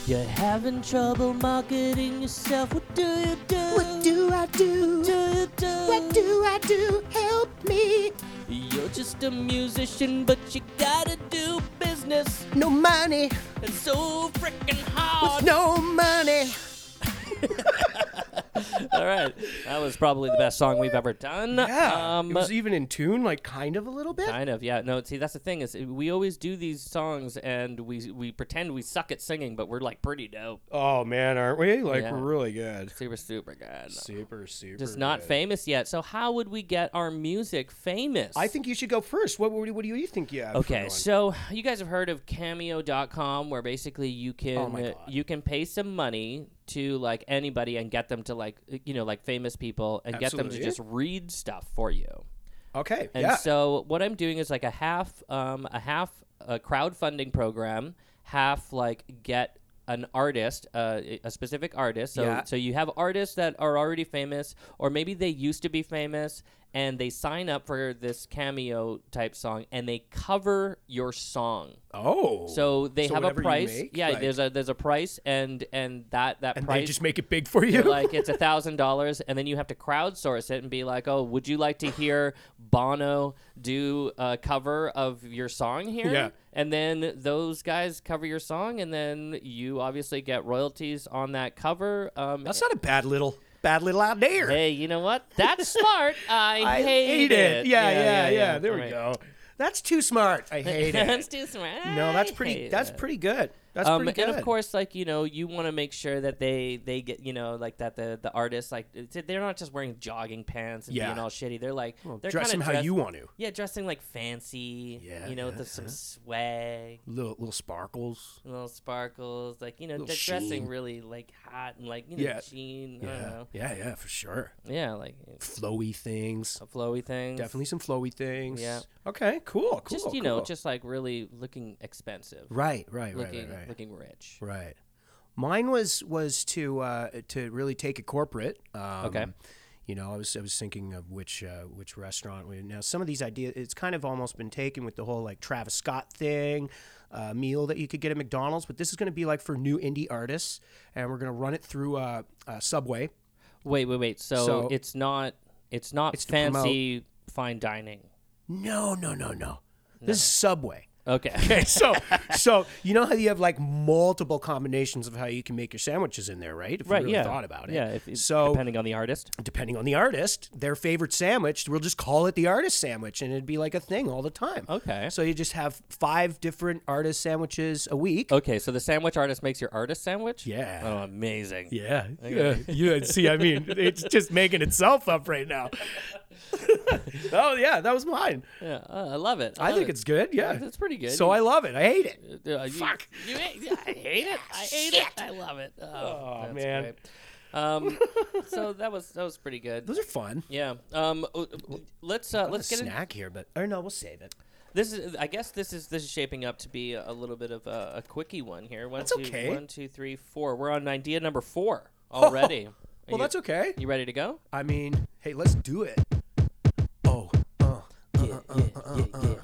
Speaker 3: You're having trouble marketing yourself. What do you do?
Speaker 2: What do I do?
Speaker 3: you do?
Speaker 2: What do I do? Help me.
Speaker 3: You're just a musician, but you gotta do business.
Speaker 2: No money.
Speaker 3: It's so freaking hard.
Speaker 2: No money.
Speaker 3: All right, that was probably the best song we've ever done.
Speaker 1: Yeah.
Speaker 3: Um,
Speaker 1: it was even in tune, like kind of a little bit.
Speaker 3: Kind of, yeah. No, see, that's the thing is eh, we always do these songs and we we pretend we suck at singing, but we're like pretty dope.
Speaker 1: Oh man, aren't we? Like
Speaker 3: Yeah.
Speaker 1: we're really good.
Speaker 3: Super, super good.
Speaker 1: Super, super.
Speaker 3: Just not
Speaker 1: good.
Speaker 3: famous yet. So how would we get our music famous?
Speaker 1: I think you should go first. What, what, do- what do you think you have? for
Speaker 3: Okay,
Speaker 1: one?
Speaker 3: so you guys have heard of cameo.com where basically you can
Speaker 1: Oh my
Speaker 3: uh,
Speaker 1: God.
Speaker 3: you can pay some money to like anybody and get them to like eh, you know like famous people and get them to
Speaker 1: Absolutely.
Speaker 3: just read stuff for you.
Speaker 1: okay,
Speaker 3: And
Speaker 1: yeah.
Speaker 3: so what I'm doing is like a half um, a half a crowdfunding program, half like get an artist, uh, a specific artist. So
Speaker 1: Yeah.
Speaker 3: so you have artists that are already famous or maybe they used to be famous and they sign up for this cameo type song and they cover your song.
Speaker 1: oh,
Speaker 3: So they
Speaker 1: So
Speaker 3: have a
Speaker 1: whatever you
Speaker 3: price.
Speaker 1: make,
Speaker 3: yeah,
Speaker 1: like-
Speaker 3: there's a there's a price and and that that
Speaker 1: and
Speaker 3: price
Speaker 1: they just make it big for [LAUGHS] you.
Speaker 3: like it's a thousand dollars and then you have to crowdsource it and be like oh would you like to hear bono do a cover of your song here
Speaker 1: Yeah.
Speaker 3: and then those guys cover your song and then you obviously get royalties on that cover um eh,
Speaker 1: That's not a bad little, bad little idea.
Speaker 3: hey you know what
Speaker 1: [LAUGHS]
Speaker 3: that's smart i,
Speaker 1: I
Speaker 3: hate,
Speaker 1: Yeah, yeah, yeah. There we
Speaker 3: Right. [LAUGHS]
Speaker 1: go. That's too smart. I hate
Speaker 3: that's
Speaker 1: it.
Speaker 3: too smart
Speaker 1: No, that's
Speaker 3: I
Speaker 1: pretty.
Speaker 3: hate
Speaker 1: That's
Speaker 3: it.
Speaker 1: pretty good. That's
Speaker 3: um,
Speaker 1: pretty good.
Speaker 3: and of course, like you know, you want to make sure that they they get you know like that the the artists like it's- they're not just wearing jogging pants and
Speaker 1: Yeah.
Speaker 3: being all shitty. They're like they're
Speaker 1: dress
Speaker 3: kinda
Speaker 1: them how
Speaker 3: dress-
Speaker 1: you want to.
Speaker 3: Yeah, dressing like fancy.
Speaker 1: Yeah,
Speaker 3: you know, with the- some swag,
Speaker 1: Little little sparkles.
Speaker 3: little sparkles, like you know,
Speaker 1: Little
Speaker 3: they're dressing
Speaker 1: sheen.
Speaker 3: really like hot and like you know,
Speaker 1: Yeah.
Speaker 3: sheen. I don't
Speaker 1: Yeah,
Speaker 3: know.
Speaker 1: yeah, yeah, for sure.
Speaker 3: Yeah, like
Speaker 1: Flowy things.
Speaker 3: flowy things.
Speaker 1: Definitely some flowy things.
Speaker 3: Yeah.
Speaker 1: Okay. Cool. Cool.
Speaker 3: just you know,
Speaker 1: cool.
Speaker 3: just like really looking expensive,
Speaker 1: right, right, right,
Speaker 3: looking
Speaker 1: right, right.
Speaker 3: looking rich.
Speaker 1: Right. Mine was was to uh, to really take it corporate. Um,
Speaker 3: Okay.
Speaker 1: You know, I was I was thinking of which uh, which restaurant. We, now some of these ideas, it's kind of almost been taken with the whole like Travis Scott thing, uh, meal that you could get at McDonald's. But this is going to be like for new indie artists, and we're going to run it through uh, uh, Subway.
Speaker 3: Wait, wait, wait. So,
Speaker 1: So-
Speaker 3: it's not it's not
Speaker 1: It's to promote-
Speaker 3: fancy fine dining.
Speaker 1: No, no, no, no. This is
Speaker 3: [LAUGHS]
Speaker 1: Subway. [LAUGHS]
Speaker 3: Okay.
Speaker 1: so so you know how you have like multiple combinations of how you can make your sandwiches in there, right? If
Speaker 3: Right,
Speaker 1: you really
Speaker 3: yeah.
Speaker 1: thought about it.
Speaker 3: Yeah, if it-
Speaker 1: so
Speaker 3: depending on the artist.
Speaker 1: depending on the artist, their favorite sandwich, we'll just call it the artist sandwich and it'd be like a thing all the time.
Speaker 3: Okay.
Speaker 1: So you just have five different artist sandwiches a week.
Speaker 3: Okay, so the sandwich artist makes your artist sandwich?
Speaker 1: Yeah.
Speaker 3: Oh, amazing.
Speaker 1: Yeah, yeah, yeah. See, I mean, it's just making itself up right
Speaker 3: [LAUGHS]
Speaker 1: now. oh yeah, that was mine.
Speaker 3: Yeah, uh, I love it.
Speaker 1: I think it's good. Yeah,
Speaker 3: it's pretty good.
Speaker 1: So I love it. I hate it.
Speaker 3: Uh, you-
Speaker 1: Fuck.
Speaker 3: you hate- I
Speaker 1: [LAUGHS]
Speaker 3: hate it. I hate it. I love it. Oh, that's
Speaker 1: man.
Speaker 3: great.
Speaker 1: [LAUGHS]
Speaker 3: Um, so that was that was pretty good.
Speaker 1: Those are fun.
Speaker 3: Yeah. Um, uh, uh, let's uh, let's
Speaker 1: a
Speaker 3: get in.
Speaker 1: snack here, but or no, we'll save it.
Speaker 3: This is, I guess, this is this is shaping up to be a, a little bit of a, a quickie one here. One,
Speaker 1: That's
Speaker 3: two-
Speaker 1: okay. Oh.
Speaker 3: One, two, three, four. We're on idea number four
Speaker 1: [LAUGHS]
Speaker 3: already. Are
Speaker 1: Well,
Speaker 3: you-
Speaker 1: that's okay.
Speaker 3: You ready to go?
Speaker 1: I mean, hey, let's do it. Oh, uh,
Speaker 4: yeah, yeah, yeah, yeah, yeah,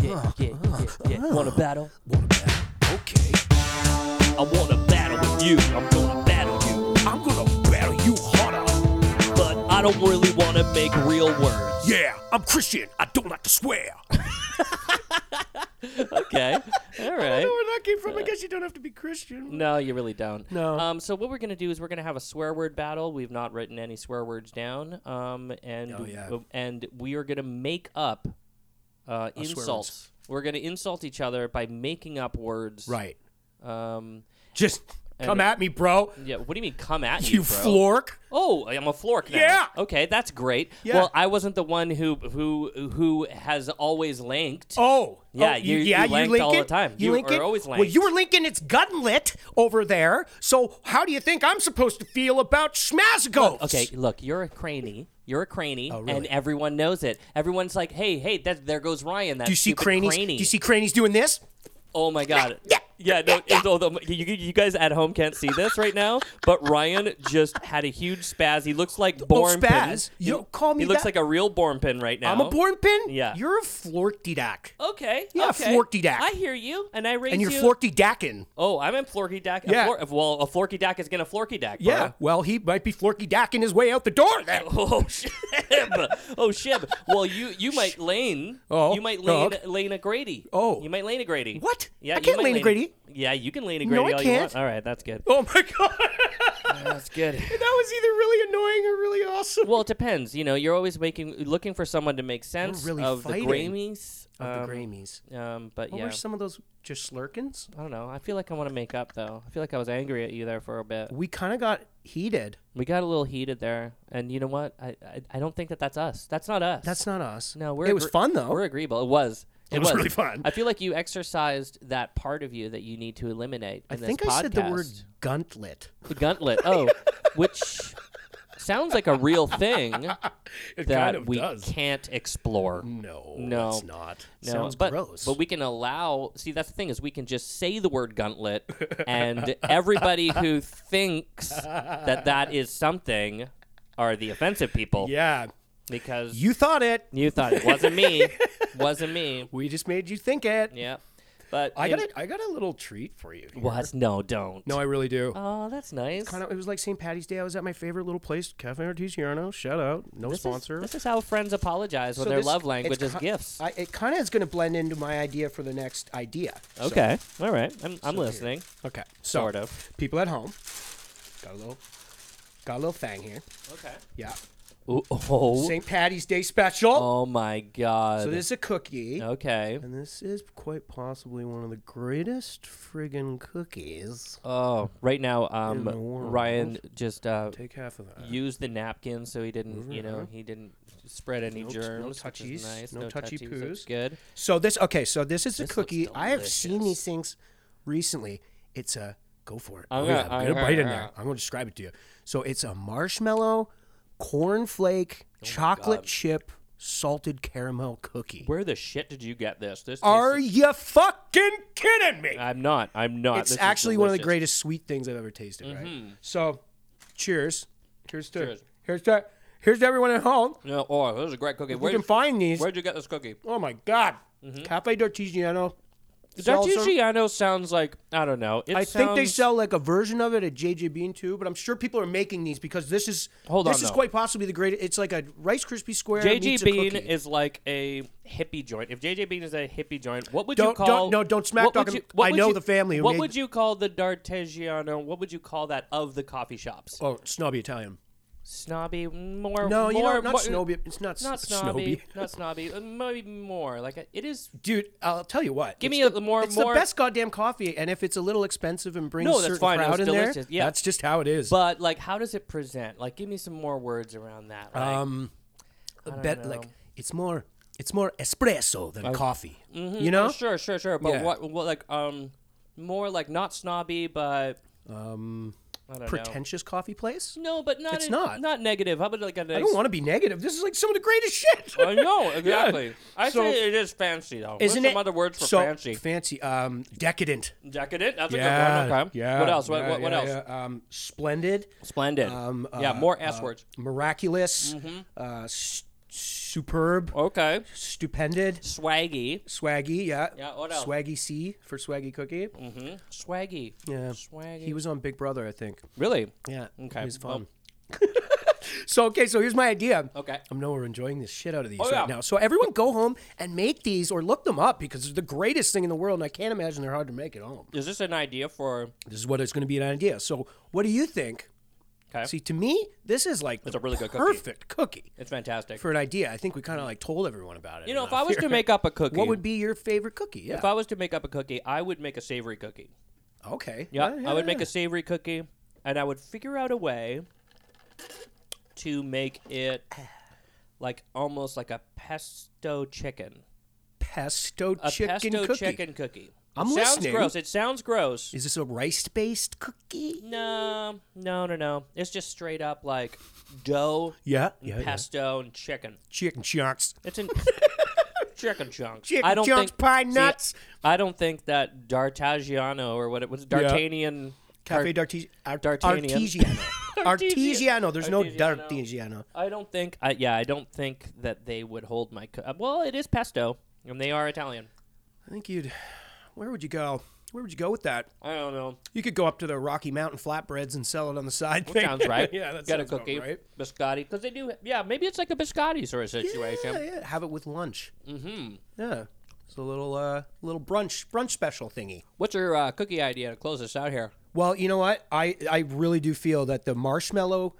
Speaker 4: yeah, yeah, yeah, yeah. Want a battle?
Speaker 1: what a bad. Okay,
Speaker 4: I want to battle with you. I'm gonna battle you,
Speaker 1: I'm gonna battle you harder.
Speaker 4: but I don't really want to make real words.
Speaker 1: Yeah, I'm Christian. I don't like to swear.
Speaker 3: Okay. All right.
Speaker 1: where that came from. I guess you don't have to be Christian.
Speaker 3: No, you really don't.
Speaker 1: No.
Speaker 3: Um, so what we're gonna do is we're gonna have a swear word battle. We've not written any swear words down. Um, and
Speaker 1: Oh, yeah.
Speaker 3: and we are gonna make up uh,
Speaker 1: words.
Speaker 3: insults. We're gonna insult each other by making up words.
Speaker 1: Right.
Speaker 3: Um.
Speaker 1: Just come at me, bro.
Speaker 3: Yeah. What do you mean? Come at you,
Speaker 1: You
Speaker 3: bro?
Speaker 1: flork.
Speaker 3: Oh, I'm a flork now.
Speaker 1: Yeah.
Speaker 3: Okay, that's great.
Speaker 1: Yeah.
Speaker 3: Well, I wasn't the one who who who has always linked.
Speaker 1: Oh,
Speaker 3: Yeah,
Speaker 1: oh,
Speaker 3: you- you lanked all the time. You
Speaker 1: link
Speaker 3: are
Speaker 1: it?
Speaker 3: always
Speaker 1: Well,
Speaker 3: lanked.
Speaker 1: you were linking its gutlet over there. So how do you think I'm supposed to feel about schmazgos?
Speaker 3: Okay, look, you're a cranny. You're a cranny,
Speaker 1: Oh, really?
Speaker 3: and everyone knows it. Everyone's like, "Hey, hey, that there goes Ryan." That
Speaker 1: Do you see
Speaker 3: stupid
Speaker 1: cranies?
Speaker 3: Craney.
Speaker 1: Do you see cranies doing this?
Speaker 3: Oh my god. Yeah, no, it's all the- you, you- you guys at home can't see this right now, but Ryan just had a huge spaz. He looks like born
Speaker 1: Oh, spaz.
Speaker 3: Pin.
Speaker 1: You
Speaker 3: He-
Speaker 1: call me
Speaker 3: He looks
Speaker 1: that?
Speaker 3: like a real born pin right now.
Speaker 1: I'm a born pin.
Speaker 3: Oh. Yeah.
Speaker 1: You're a flork-de-dack.
Speaker 3: Okay.
Speaker 1: Yeah,
Speaker 3: okay.
Speaker 1: florky-dack.
Speaker 3: I hear you, and I raise
Speaker 1: and you're
Speaker 3: you.
Speaker 1: florky-dackin'.
Speaker 3: oh, I'm in Florky Dack.
Speaker 1: Yeah.
Speaker 3: well, a Florky Dack is gonna Florky Dack.
Speaker 1: Yeah. Well, he might be florky-dacking his way out the door then.
Speaker 3: [LAUGHS] Oh shib! Oh shib! Well, you you might lane.
Speaker 1: Oh,
Speaker 3: you might lane
Speaker 1: dog.
Speaker 3: lane a Grady.
Speaker 1: Oh.
Speaker 3: you might lane a Grady.
Speaker 1: What?
Speaker 3: Yeah,
Speaker 1: I
Speaker 3: you
Speaker 1: can't
Speaker 3: might
Speaker 1: lane a Grady.
Speaker 3: Yeah, you can lane a
Speaker 1: No,
Speaker 3: Grady
Speaker 1: I
Speaker 3: all you
Speaker 1: can't.
Speaker 3: want. All right, that's good.
Speaker 1: Oh my god.
Speaker 3: That's
Speaker 1: [LAUGHS]
Speaker 3: good.
Speaker 1: that was either really annoying or really awesome.
Speaker 3: [LAUGHS] Well, it depends. You know, you're always making looking for someone to make sense
Speaker 1: really
Speaker 3: of
Speaker 1: fighting.
Speaker 3: the Grammys.
Speaker 1: Of the
Speaker 3: um,
Speaker 1: Grammys.
Speaker 3: um, but
Speaker 1: What
Speaker 3: yeah,
Speaker 1: were some of those just slurkins?
Speaker 3: I don't know. I feel like I want to make up though. I feel like I was angry at you there for a bit.
Speaker 1: We kind of got heated.
Speaker 3: We got a little heated there, and you know what? I I, I don't think that that's us. That's not us.
Speaker 1: That's not us.
Speaker 3: No, we're
Speaker 1: it was
Speaker 3: agree-
Speaker 1: fun though.
Speaker 3: We're agreeable. It was. It,
Speaker 1: was really fun.
Speaker 3: I feel like you exercised that part of you that you need to eliminate.
Speaker 1: I
Speaker 3: in this
Speaker 1: think I said the word
Speaker 3: podcast.
Speaker 1: guntlet.
Speaker 3: The guntlet.
Speaker 1: [LAUGHS]
Speaker 3: Oh, which sounds like a real thing
Speaker 1: [LAUGHS] It
Speaker 3: that we can't explore.
Speaker 1: No,
Speaker 3: No.
Speaker 1: it's not.
Speaker 3: No,
Speaker 1: Mm, Sounds
Speaker 3: but,
Speaker 1: gross.
Speaker 3: But we can allow. See, that's the thing is we can just say the word guntlet, and everybody who thinks that that is something are the offensive people
Speaker 1: yeah,
Speaker 3: because
Speaker 1: you thought it.
Speaker 3: you thought it wasn't me, wasn't me.
Speaker 1: We just made you think it.
Speaker 3: Yeah. But
Speaker 1: I
Speaker 3: in-
Speaker 1: got a, I got a little treat for you. here.
Speaker 3: What? No, don't.
Speaker 1: No, I really do.
Speaker 3: Oh, that's nice.
Speaker 1: Kinda- it was like St. Patty's Day. I was at my favorite little place, Cafe Artigiano. Shout out. No
Speaker 3: this
Speaker 1: sponsor.
Speaker 3: Is, this is how friends apologize when
Speaker 1: So
Speaker 3: their
Speaker 1: this-
Speaker 3: love
Speaker 1: it's
Speaker 3: language is
Speaker 1: ki-
Speaker 3: gifts.
Speaker 1: I, it kind of is going to blend into my idea for the next idea. So-
Speaker 3: okay. All right. I'm, I'm listening.
Speaker 1: okay. So,
Speaker 3: Oh. Sort of.
Speaker 1: People at home got a little got a little thing here.
Speaker 3: Okay.
Speaker 1: Yeah.
Speaker 3: Ooh, [LAUGHS] oh.
Speaker 1: St. Patty's Day special.
Speaker 3: Oh my God.
Speaker 1: So this is a cookie.
Speaker 3: Okay.
Speaker 1: And this is quite possibly one of the greatest friggin' cookies.
Speaker 3: Oh, right now,
Speaker 1: In
Speaker 3: um,
Speaker 1: the world.
Speaker 3: Ryan just uh,
Speaker 1: Take half of that.
Speaker 3: used the napkin so he didn't, you know, he didn't spread any
Speaker 1: No t- no
Speaker 3: germs. which is
Speaker 1: touchies,
Speaker 3: nice.
Speaker 1: no touchy
Speaker 3: touchies, that's
Speaker 1: poos.
Speaker 3: Good.
Speaker 1: So this okay, so this is a
Speaker 3: looks
Speaker 1: cookie. I have seen
Speaker 3: delicious.
Speaker 1: these things recently. It's a go for it.
Speaker 3: I'm
Speaker 1: Oh,
Speaker 3: gonna-
Speaker 1: yeah,
Speaker 3: I'm
Speaker 1: I'm gonna
Speaker 3: gonna-
Speaker 1: bite in [LAUGHS] there. I'm gonna describe it to you. So it's a marshmallow,
Speaker 3: Oh
Speaker 1: cornflake, chocolate chip, salted caramel cookie.
Speaker 3: Where the shit did you get this? This.
Speaker 1: Are
Speaker 3: tastes-
Speaker 1: you fucking kidding me?
Speaker 3: I'm not. I'm not.
Speaker 1: it's
Speaker 3: Ah, This is
Speaker 1: actually one of the
Speaker 3: delicious. Mm-hmm.
Speaker 1: greatest sweet things I've ever tasted. Right. So, cheers. Cheers to
Speaker 3: Cheers.
Speaker 1: here's to here's to everyone at home.
Speaker 3: No, oh, this is a great cookie.
Speaker 1: We
Speaker 3: Where, Mm-hmm.
Speaker 1: can find these.
Speaker 3: where'd you get this cookie?
Speaker 1: Oh my god. Cafe d'Artigiano. sells them.
Speaker 3: D'Artigiano sounds like I don't know. It
Speaker 1: I think they
Speaker 3: sounds-
Speaker 1: sell like a version of it at JJ Bean too, but I'm sure people are making these because this is
Speaker 3: Hold
Speaker 1: this
Speaker 3: on,
Speaker 1: is
Speaker 3: though.
Speaker 1: quite possibly the greatest. It's like a Rice Krispie square. meets
Speaker 3: JJ
Speaker 1: a
Speaker 3: Bean
Speaker 1: cookie.
Speaker 3: is like a hippie joint. If JJ Bean is a hippie joint, what would you
Speaker 1: Don't-
Speaker 3: call?
Speaker 1: don't- no, don't smack
Speaker 3: what
Speaker 1: talk
Speaker 3: would
Speaker 1: him.
Speaker 3: you- what
Speaker 1: I
Speaker 3: would
Speaker 1: know
Speaker 3: you-
Speaker 1: the family who
Speaker 3: What
Speaker 1: made-
Speaker 3: would you call the D'Artigiano? What would you call that of the coffee shops?
Speaker 1: oh snobby Italian.
Speaker 3: Snobby, more.
Speaker 1: No, you know
Speaker 3: more-
Speaker 1: not
Speaker 3: more-
Speaker 1: snobby. It's not,
Speaker 3: Not
Speaker 1: s-
Speaker 3: snobby, not snobby. uh, Maybe more like a, it is.
Speaker 1: Dude, I'll tell you what.
Speaker 3: Give
Speaker 1: it's
Speaker 3: me a
Speaker 1: the,
Speaker 3: more-
Speaker 1: It's
Speaker 3: more-
Speaker 1: the best goddamn coffee, and if it's a little expensive and brings
Speaker 3: No, that's
Speaker 1: certain
Speaker 3: fine, it
Speaker 1: crowd
Speaker 3: was
Speaker 1: in there,
Speaker 3: delicious, yeah.
Speaker 1: that's just how it is.
Speaker 3: But like, how does it present? Like, give me some more words around that. Like,
Speaker 1: um, bet
Speaker 3: know.
Speaker 1: like it's more it's more espresso than coffee. You know,
Speaker 3: Mm-hmm. Oh, sure, sure, sure. But
Speaker 1: yeah.
Speaker 3: what, what, like, um, more like not snobby, but
Speaker 1: um,
Speaker 3: I don't
Speaker 1: pretentious coffee place.
Speaker 3: know. No, but not
Speaker 1: It's
Speaker 3: in-
Speaker 1: not.
Speaker 3: negative. How about like a nice,
Speaker 1: I don't want to be negative. This is like some of the greatest shit. [LAUGHS]
Speaker 3: I know exactly. I
Speaker 1: So-
Speaker 3: say it is fancy though. What's
Speaker 1: Isn't
Speaker 3: some
Speaker 1: it?
Speaker 3: other words for
Speaker 1: so,
Speaker 3: fancy?
Speaker 1: Fancy. Um, decadent.
Speaker 3: Decadent. That's a
Speaker 1: Yeah.
Speaker 3: good one. Okay.
Speaker 1: Yeah.
Speaker 3: What else? What,
Speaker 1: yeah,
Speaker 3: what, what
Speaker 1: yeah,
Speaker 3: else?
Speaker 1: yeah. Um, splendid.
Speaker 3: Splendid.
Speaker 1: Um,
Speaker 3: yeah.
Speaker 1: uh,
Speaker 3: More s words. Mm-hmm.
Speaker 1: Miraculous. Uh, s- superb.
Speaker 3: Okay.
Speaker 1: Stupended.
Speaker 3: Swaggy.
Speaker 1: Swaggy. Yeah.
Speaker 3: Yeah, what else?
Speaker 1: Swaggy C for Swaggy Cookie.
Speaker 3: Mm-hmm. Swaggy.
Speaker 1: Yeah.
Speaker 3: Swaggy.
Speaker 1: He was on Big Brother, I think.
Speaker 3: really
Speaker 1: Yeah.
Speaker 3: Okay,
Speaker 1: He was
Speaker 3: well-
Speaker 1: fun. [LAUGHS] so okay, so here's my idea.
Speaker 3: okay.
Speaker 1: I know we're enjoying this shit out of these
Speaker 3: Oh,
Speaker 1: right
Speaker 3: yeah.
Speaker 1: now. So everyone go home and make these or look them up because they're the greatest thing in the world and I can't imagine they're hard to make at home.
Speaker 3: Is this an idea for?
Speaker 1: This is what it's going to be an idea. So what do you think?
Speaker 3: 'Kay.
Speaker 1: See, to me, this is like
Speaker 3: It's
Speaker 1: the
Speaker 3: a really good cookie.
Speaker 1: perfect cookie.
Speaker 3: It's fantastic.
Speaker 1: for an idea. I think we kind of like told everyone about it.
Speaker 3: you know, if
Speaker 1: [LAUGHS] enough
Speaker 3: I was [LAUGHS]
Speaker 1: here.
Speaker 3: to make up a cookie,
Speaker 1: what would be your favorite cookie? Yeah.
Speaker 3: if I was to make up a cookie, I would make a savory cookie.
Speaker 1: okay.
Speaker 3: Yeah, I would make a savory cookie, and I would figure out a way to make it like almost like a pesto chicken.
Speaker 1: pesto
Speaker 3: A
Speaker 1: chicken
Speaker 3: pesto
Speaker 1: cookie.
Speaker 3: chicken cookie.
Speaker 1: I'm
Speaker 3: it sounds
Speaker 1: listening.
Speaker 3: gross. It sounds gross.
Speaker 1: Is this a rice-based cookie?
Speaker 3: No, no, no, no. It's just straight up like dough,
Speaker 1: Yeah.
Speaker 3: and pesto, and chicken.
Speaker 1: Chicken chunks. [LAUGHS]
Speaker 3: It's in chicken chunks.
Speaker 1: Chicken
Speaker 3: I don't
Speaker 1: chunks,
Speaker 3: think,
Speaker 1: pine
Speaker 3: see,
Speaker 1: nuts.
Speaker 3: I don't think that D'Artagiano or what it was, D'Artagnan.
Speaker 1: Cafe
Speaker 3: Art-
Speaker 1: d'Artis- Art-
Speaker 3: D'Artagnan.
Speaker 1: Artigiano.
Speaker 3: [LAUGHS]
Speaker 1: Artigiano. There's no
Speaker 3: Artigiano.
Speaker 1: D'Artigiano.
Speaker 3: I don't think. I, yeah, I don't think that they would hold my. Co- uh, well, it is pesto, and they are Italian.
Speaker 1: I think you'd. Where would you go? Where would you go with that?
Speaker 3: I don't know.
Speaker 1: You could go up to the Rocky Mountain flatbreads and sell it on the side.
Speaker 3: That
Speaker 1: thing.
Speaker 3: sounds
Speaker 1: [LAUGHS]
Speaker 3: right.
Speaker 1: [LAUGHS] yeah, that
Speaker 3: Got
Speaker 1: sounds
Speaker 3: a
Speaker 1: about
Speaker 3: cookie,
Speaker 1: right.
Speaker 3: biscotti, because they do. Yeah, maybe it's like a biscotti sort of situation.
Speaker 1: Yeah, yeah. Have it with lunch.
Speaker 3: Mm-hmm.
Speaker 1: Yeah. It's a little uh little brunch brunch special thingy.
Speaker 3: What's your uh, cookie idea to close us out here?
Speaker 1: Well, you know what? I I really do feel that the marshmallow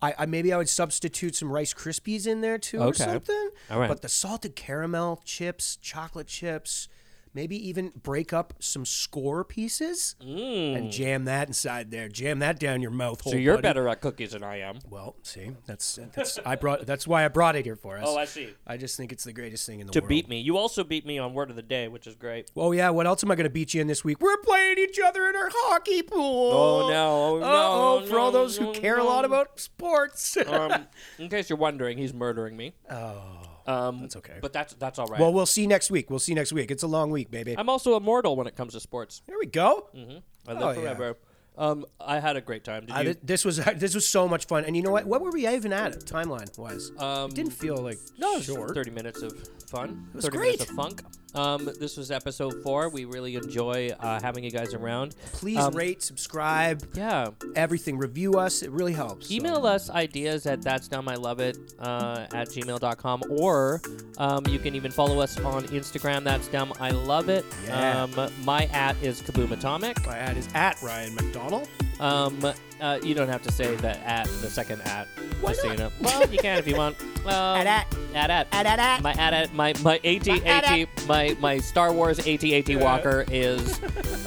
Speaker 1: I, I maybe I would substitute some Rice Krispies in there too or
Speaker 3: Okay.
Speaker 1: something.
Speaker 3: All right.
Speaker 1: But the salted caramel chips, chocolate chips, maybe even break up some score pieces and jam that inside there. Jam that down your mouth hole.
Speaker 3: Mm. So you're
Speaker 1: Oh, buddy.
Speaker 3: better at cookies than I am.
Speaker 1: Well, see, that's that's I brought that's why I brought it here for us.
Speaker 3: Oh, I see.
Speaker 1: I just think it's the greatest thing in the
Speaker 3: To
Speaker 1: world.
Speaker 3: beat me, you also beat me on word of the day, which
Speaker 1: [LAUGHS]
Speaker 3: is great.
Speaker 1: Oh yeah, what else am I going to beat you in this week? We're playing each other in our hockey pool.
Speaker 3: Oh, no, oh, no,
Speaker 1: Uh-oh,
Speaker 3: oh,
Speaker 1: for all
Speaker 3: no,
Speaker 1: those who
Speaker 3: no,
Speaker 1: care a
Speaker 3: no.
Speaker 1: lot about sports. [LAUGHS]
Speaker 3: Um, in case you're wondering, he's murdering me.
Speaker 1: oh.
Speaker 3: Um,
Speaker 1: That's okay.
Speaker 3: But that's that's all right.
Speaker 1: Well, we'll see next week. We'll see next week. It's a long week, baby.
Speaker 3: I'm Mm-hmm. also immortal when it comes to sports.
Speaker 1: there we go.
Speaker 3: I live
Speaker 1: Oh, yeah.
Speaker 3: forever. Um, I had a great time. Did
Speaker 1: I-
Speaker 3: you?
Speaker 1: thi- this was [LAUGHS] this was so much fun. And you know what? What were we even at timeline wise?
Speaker 3: Um,
Speaker 1: it didn't feel like
Speaker 3: no, it was
Speaker 1: short.
Speaker 3: 30 minutes of fun.
Speaker 1: was
Speaker 3: 30 minutes
Speaker 1: great.
Speaker 3: of funk. Um, this was episode four. We really enjoy uh, having you guys around.
Speaker 1: Please
Speaker 3: um,
Speaker 1: rate, subscribe,
Speaker 3: Yeah.
Speaker 1: everything. Review us. It really helps. So-
Speaker 3: Email us ideas at that's dumb I love it uh, at gmail.com or um, you can even follow us on Instagram. That's dumb I love it.
Speaker 1: Yeah.
Speaker 3: Um, my at is Kaboom Atomic.
Speaker 1: My ad is at Ryan McDonald.
Speaker 3: Um, uh, you don't have to say the at the second at.
Speaker 1: Why
Speaker 3: just so
Speaker 1: not?
Speaker 3: you know. Well, you can if you want. Um, at
Speaker 1: at.
Speaker 3: at at
Speaker 2: At at at.
Speaker 3: My at at my my AT
Speaker 2: at
Speaker 3: AT my my Star Wars AT AT Walker is.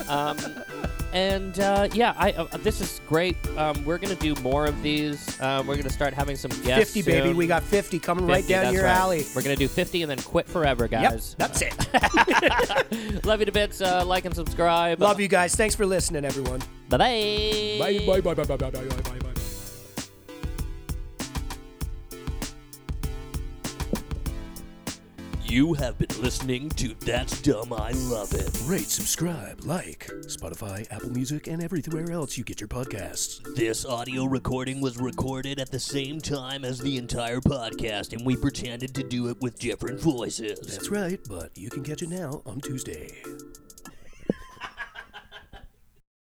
Speaker 3: Um, and uh, yeah, I uh, this is great. Um, we're gonna do more of these. Um, we're gonna start having some guests.
Speaker 1: 50 baby,
Speaker 3: soon.
Speaker 1: we got 50 coming
Speaker 3: 50,
Speaker 1: right down
Speaker 3: that's
Speaker 1: your
Speaker 3: right.
Speaker 1: alley.
Speaker 3: We're gonna do 50 and then quit forever,
Speaker 1: Yep,
Speaker 3: guys.
Speaker 1: that's it.
Speaker 3: Love you to bits. Uh, like and subscribe.
Speaker 1: Love you guys. Thanks for listening, everyone.
Speaker 3: Bye-bye.
Speaker 1: bye, bye, bye, bye, bye, bye, bye, bye, bye.
Speaker 4: You have been listening to That's Dumb I Love It.
Speaker 1: Rate, subscribe, like Spotify, Apple Music, and everywhere else you get your podcasts.
Speaker 4: This audio recording was recorded at the same time as the entire podcast, and we pretended to do it with different voices.
Speaker 1: That's right, but you can catch it now on Tuesday.